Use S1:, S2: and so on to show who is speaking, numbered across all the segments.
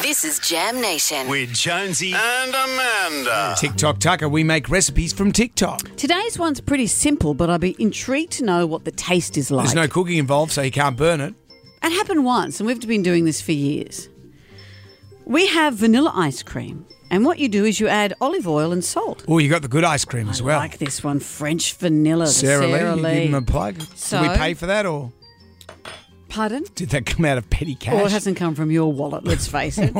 S1: This is Jam Nation.
S2: with Jonesy.
S3: and Amanda.
S2: TikTok Tucker, we make recipes from TikTok.
S4: Today's one's pretty simple, but I'd be intrigued to know what the taste is like.
S2: There's no cooking involved, so you can't burn it.
S4: It happened once, and we've been doing this for years. We have vanilla ice cream, and what you do is you add olive oil and salt.
S2: Oh, you got the good ice cream as
S4: I
S2: well.
S4: like this one, French vanilla. the
S2: Sarah,
S4: Sara
S2: Lee, you give
S4: Lee.
S2: them a plug. Did
S4: So-
S2: we pay for that, or
S4: Pardon?
S2: did that come out of petty cash?
S4: Well, it hasn't come from your wallet, let's face it.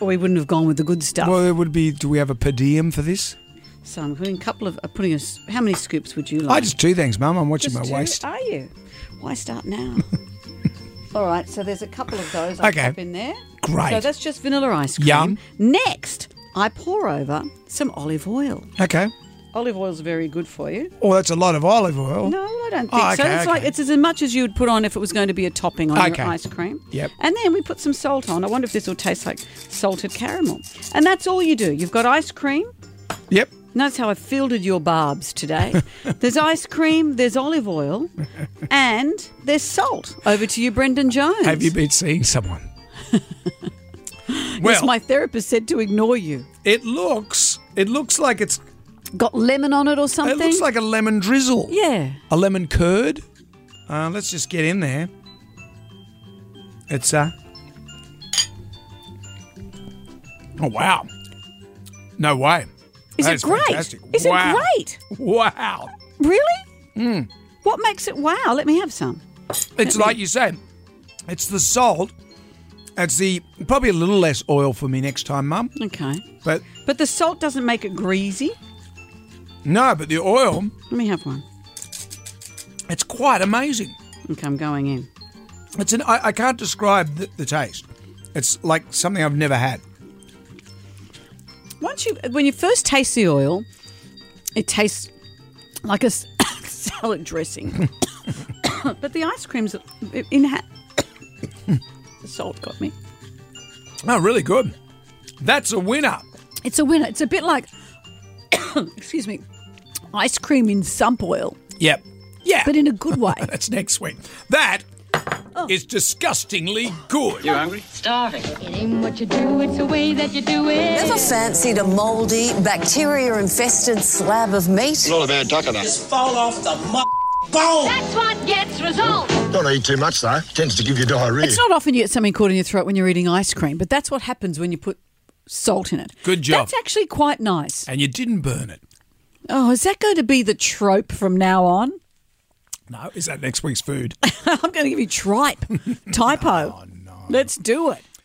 S4: or we wouldn't have gone with the good stuff.
S2: Well, it would be. Do we have a per diem for this?
S4: so I'm putting a couple of, I'm putting a, s- how many scoops would you like?
S2: I just two things, Mum. I'm watching
S4: Just
S2: my
S4: two?
S2: waist.
S4: Are you? Why start now? All right, so there's a couple of those
S2: Okay.
S4: I've in there.
S2: Great.
S4: So that's just vanilla ice cream.
S2: Yum.
S4: Next, I pour over some olive oil.
S2: Okay.
S4: Olive oil's very good for you.
S2: Oh, that's a lot of olive oil.
S4: No, I don't think
S2: Oh,
S4: so.
S2: okay,
S4: It's like
S2: okay.
S4: it's as much as you would put on if it was going to be a topping on
S2: Okay.
S4: your ice cream.
S2: Yep.
S4: And then we put some salt on. I wonder if this will taste like salted caramel. And that's all you do. You've got ice cream.
S2: Yep.
S4: Notice how I fielded your barbs today. there's ice cream, there's olive oil, and there's salt. Over to you, Brendan Jones.
S2: Have you been seeing someone?
S4: Yes,
S2: well,
S4: my therapist said to ignore you.
S2: it looks. It looks like it's.
S4: Got lemon on it or something?
S2: It looks like a lemon drizzle.
S4: yeah.
S2: a lemon curd. Uh, let's just get in there. It's uh Oh wow. No way.
S4: Is
S2: That
S4: it
S2: is
S4: great?
S2: fantastic.
S4: Is
S2: Wow. Hmm.
S4: it great?
S2: Wow.
S4: Really? What makes it wow? Let me have some.
S2: It's like you said. It's the salt. It's the probably a little less oil for me next time, Mum.
S4: Okay.
S2: But
S4: But the salt doesn't make it greasy.
S2: no, but the oil,
S4: Let me have one.
S2: it's quite amazing.
S4: Okay, I'm going in.
S2: It's an I, I can't describe the, the taste. It's like something I've never had.
S4: Once you, when you first taste the oil, it tastes like a s- salad dressing. but the ice cream's in ha- the salt got me.
S2: Oh, really good. That's a winner.
S4: It's a winner. It's a bit like, excuse me, ice cream in sump oil,
S2: Yep. Yeah.
S4: but in a good way.
S2: That's next week. That is disgustingly good.
S5: It ain't what you do, it's the way that you do it.
S1: Ever fancied a mouldy, bacteria infested slab of meat?
S6: Not a bad duck enough.
S5: That's what gets results.
S6: Don't eat too much though. Tends to give you diarrhea.
S4: It's not often you get something caught in your throat when you're eating ice cream, but that's what happens when you put salt in it.
S2: Good job.
S4: That's actually quite nice.
S2: And you didn't burn it.
S4: Oh, is that going to be the trope from now on?
S2: No, is that next week's food?
S4: I'm going to give you tripe, typo. Let's do it.